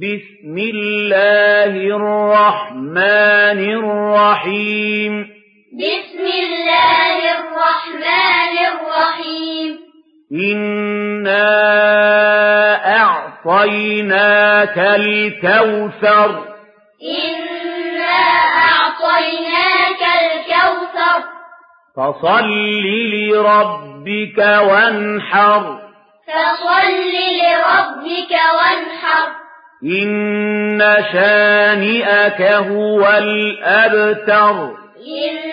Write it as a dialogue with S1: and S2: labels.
S1: بسم الله الرحمن الرحيم
S2: بسم الله الرحمن الرحيم
S1: إنا أعطيناك الكوثر
S2: إنا أعطيناك الكوثر
S1: فصل لربك وانحر
S2: فصل لربك وانحر
S1: إن شانئك هو الأبتر
S2: إن